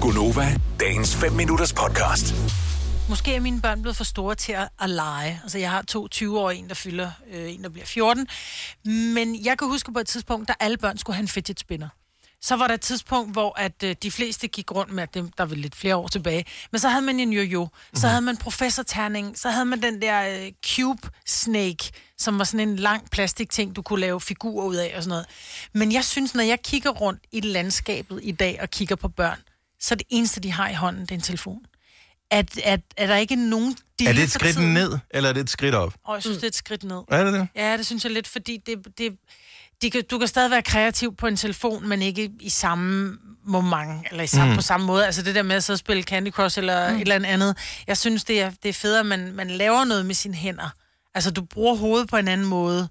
Gunova, dagens 5 minutters podcast. Måske er mine børn blevet for store til at, at lege. Altså, jeg har to 20-årige, en der fylder, øh, en der bliver 14. Men jeg kan huske på et tidspunkt, da alle børn skulle have en fidget spinner. Så var der et tidspunkt, hvor at, øh, de fleste gik rundt med, at dem, der var lidt flere år tilbage, men så havde man en jojo, så havde man professorterning, så havde man den der øh, cube snake, som var sådan en lang plastikting, du kunne lave figurer ud af og sådan noget. Men jeg synes, når jeg kigger rundt i landskabet i dag og kigger på børn, så er det eneste, de har i hånden, det er en telefon at, at, at der ikke er nogen dille Er det et for skridt tiden. ned, eller er det et skridt op? Og jeg synes, mm. det er et skridt ned. Er det det? Ja, det synes jeg lidt, fordi det, det, de kan, du kan stadig være kreativ på en telefon, men ikke i samme moment, eller i samme, mm. på samme måde. Altså det der med at sidde og spille Candy Crush eller mm. et eller andet. Jeg synes, det er, det er federe, at man, man laver noget med sine hænder. Altså du bruger hovedet på en anden måde.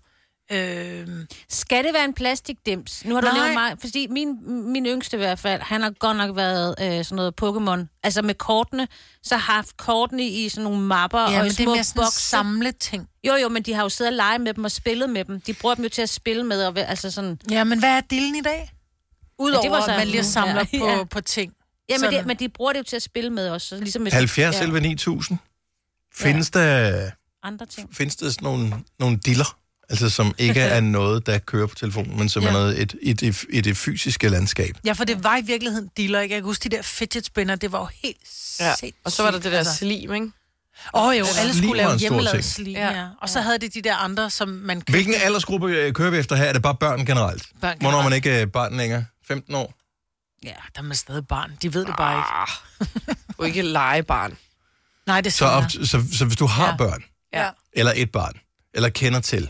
Øh, Skal det være en plastikdims? Nu har du Nej. nævnt mig, fordi min, min yngste i hvert fald, han har godt nok været øh, sådan noget Pokémon. Altså med kortene, så har haft kortene i sådan nogle mapper ja, og men det er i små mere sådan bokse. samle ting. Jo, jo, men de har jo siddet og leget med dem og spillet med dem. De bruger dem jo til at spille med, og, væ- altså sådan, Ja, men hvad er dillen i dag? Udover var ja, så at man lige en- samler ja, ja, på, ja. ja. på ting. ja, men, Sådan. det, men de bruger det jo til at spille med også. så Ligesom med 70 ja, ja. 9000? Findes, ja. der, andre ting. findes der sådan nogle, nogle diller? Altså, som ikke er noget, der kører på telefonen, men som ja. Ja. er noget et, et, et, i det fysiske landskab. Ja, for det var i virkeligheden dealer, ikke? Jeg kan huske, de der fidget spinner, det var jo helt Ja. sindssygt. Og så var der det der altså. slim, ikke? Åh oh, jo, alle Slim skulle var lave en stor hjemmelavet ting. slim, Ja. ja. ja. Og så havde det de der andre, som man købte. Hvilken aldersgruppe øh, kører vi efter her? Er det bare børn generelt? Børn Hvornår er man generelt. ikke øh, barn længere? 15 år? Ja, der er man stadig barn. De ved det bare ikke. Du er ikke legebarn. Nej, det er Ah. Så, senere. op, så, så hvis du har Ja. ja. børn, Ja. eller et barn, eller kender til,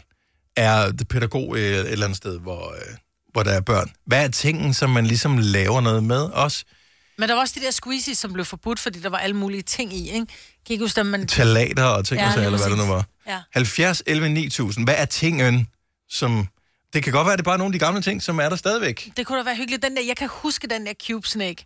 er det pædagog øh, et eller andet sted, hvor, øh, hvor der er børn. Hvad er tingen, som man ligesom laver noget med også? Men der var også de der squeezies, som blev forbudt, fordi der var alle mulige ting i, ikke? Kan I ikke huske, at man... Talater og ting, Ja, ja, lige eller hvad det nu præcis. var. Ja. 70, 11, 9000. Hvad er tingen, som... Det kan godt være, at det er bare nogle af de gamle ting, som er der stadigvæk. Det kunne da være hyggeligt. Den der, jeg kan huske den der cube snake.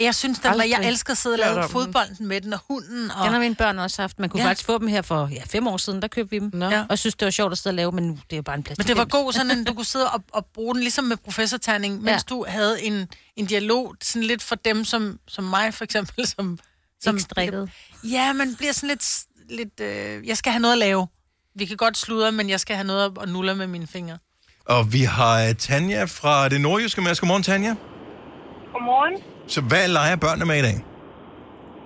Jeg synes, den var, Aldrig. jeg elsker at sidde og Hørt om lave den. fodbolden med den og hunden. Og... Den har mine børn også haft. Man kunne Ja. ja. faktisk få dem her for ja, fem år siden, der købte vi dem. Nå. Ja. Og synes, det var sjovt at sidde og lave, men nu det er jo bare en Men plastikdims. det var god, sådan at du kunne sidde og, og bruge den, ligesom med professorterning, mens ja. Ja. du havde en, en dialog, sådan lidt for dem, som, som mig for eksempel, som... som Ikke strikket. Ja, man bliver sådan lidt... s- lidt øh, jeg skal have noget at lave. Vi kan godt sludre, men jeg skal have noget at- at nulle med mine fingre. Og vi har øh, Tanja fra det nordjyske med os. Godmorgen, Tanja. Godmorgen. Så hvad leger børnene med i dag?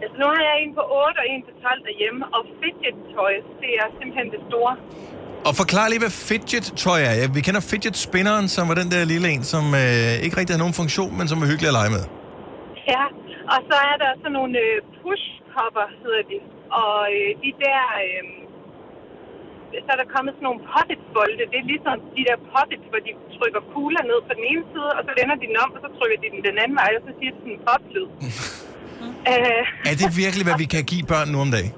Altså, nu har jeg en på 8 og en på 12 derhjemme, og fidget toys, det er simpelthen det store. Og forklar lige, hvad fidget-tøj er. Ja, vi kender fidget-spinneren, som var den der lille en, som øh, ikke rigtig havde nogen funktion, men som var hyggelig at lege med. Ja, og så er der sådan nogle øh, push-popper, hedder de. Og øh, de der, øh, så er der kommet sådan nogle poppet-bolde. Det er ligesom de der poppet, hvor de trykker kugler ned på den ene side, og så vender de den om, og så trykker de den den anden vej, og så siger det sådan en poplyd. øh, Er det virkelig, hvad vi kan give børn nu om dagen?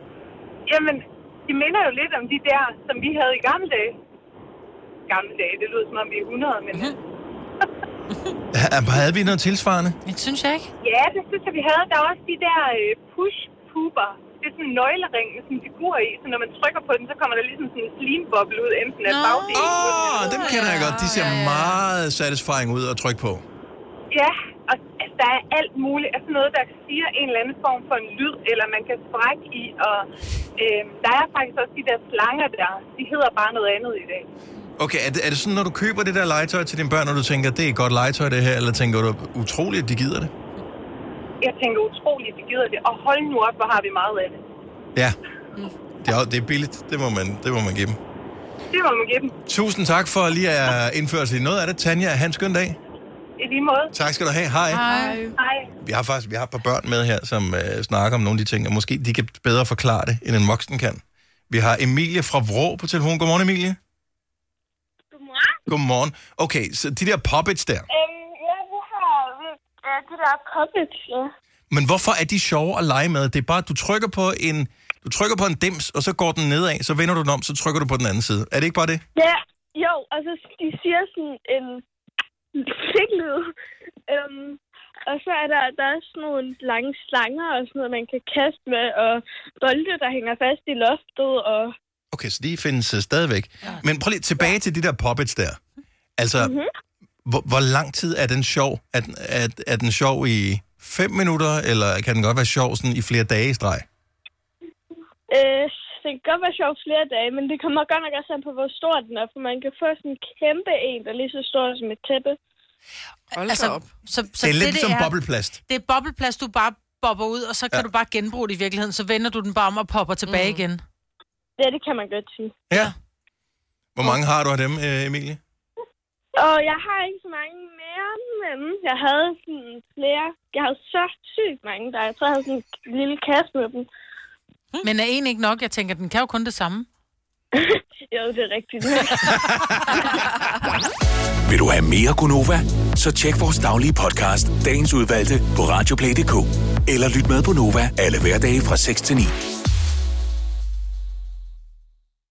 jamen, de minder jo lidt om de der, som vi havde i gamle dage. Gamle dage, det lyder som om vi er 100, men... Mm-hmm. Ha- Havde vi noget tilsvarende? Det synes jeg ikke. Ja, det synes jeg, vi havde. Der var også de der øh, push-puber. Det er sådan en nøglering med sådan en figur i, så når man trykker på den, så kommer der ligesom sådan en slimboble ud, enten af Nå. bagdelen. Åh, oh, eller- dem kender jeg godt. De ser meget satisfying ud at trykke på. Ja, og altså, der er alt muligt. Altså noget, der siger en eller anden form for en lyd, eller man kan strække i. Og øh, der er faktisk også de der slanger der. De hedder bare noget andet i dag. Okay, er det, er det sådan, når du køber det der legetøj til dine børn, og du tænker, det er godt legetøj det her, eller tænker du, utroligt, at de gider det? Jeg tænker utroligt, de gider det. Og hold nu op, hvor har vi meget af det. Ja. Det er, det er billigt, det må, man, det må man give dem. Det må man give dem. Tusind. Tusind tak for lige at indføre sig i noget af det. Tanja, han skøn dag. I lige måde. Tak skal du have. Hej. Nej. Hej. Vi har faktisk vi har et par børn med her, som øh, snakker om nogle af de ting, og måske de kan bedre forklare det, end en voksen kan. Vi har Emilie fra Vrå på telefonen. Godmorgen, Emilie. Godmorgen. Godmorgen. Okay, så de der puppets der. Øhm, ja, vi har øh, det der puppets, ja. Men hvorfor er de sjove at lege med? Det er bare, at du trykker på en, du trykker på en dims, og så går den nedad, så vender du den om, så trykker du på den anden side. Er det ikke bare det? Ja, jo, og så de siger sådan en fiklyd. Øhm, og så er der, der er sådan nogle lange slanger og sådan noget, man kan kaste med, og bolde, der hænger fast i loftet, og Okay, så de findes uh, stadigvæk. Ja. Men prøv lige tilbage ja. Mhm. til de der puppets der. Altså, mm-hmm. hvor, hvor lang tid er den sjov? Er den, er, er den sjov i fem minutter, eller kan den godt være sjov sådan i flere dage i streg? Øh, det kan godt være sjovt flere dage, men det kommer godt nok også an på, hvor stor den er, for man kan få sådan en kæmpe en, der er lige så stor som et tæppe. Hold altså, Altså, op. så, så det er lidt som bobleplast. Det er bobleplast, du bare bobber ud, og så kan Ja. ja. du bare genbruge det i virkeligheden. Så vender du den bare om og popper tilbage mm. igen. Ja, det kan man godt sige. Ja. Hvor mange har du af dem, øh, Emilie? Og jeg har ikke så mange mere, men jeg havde sådan flere. Jeg havde så sygt mange der. Jeg tror, jeg havde sådan en lille kasse med dem. Men er en ikke nok? Jeg tænker, den kan jo kun det samme. Jo, det er rigtigt. Vil du have mere Gunova? Så tjek vores daglige podcast, dagens udvalgte, på radioplay.dk. Eller lyt med på Nova alle hverdage fra 6 til 9.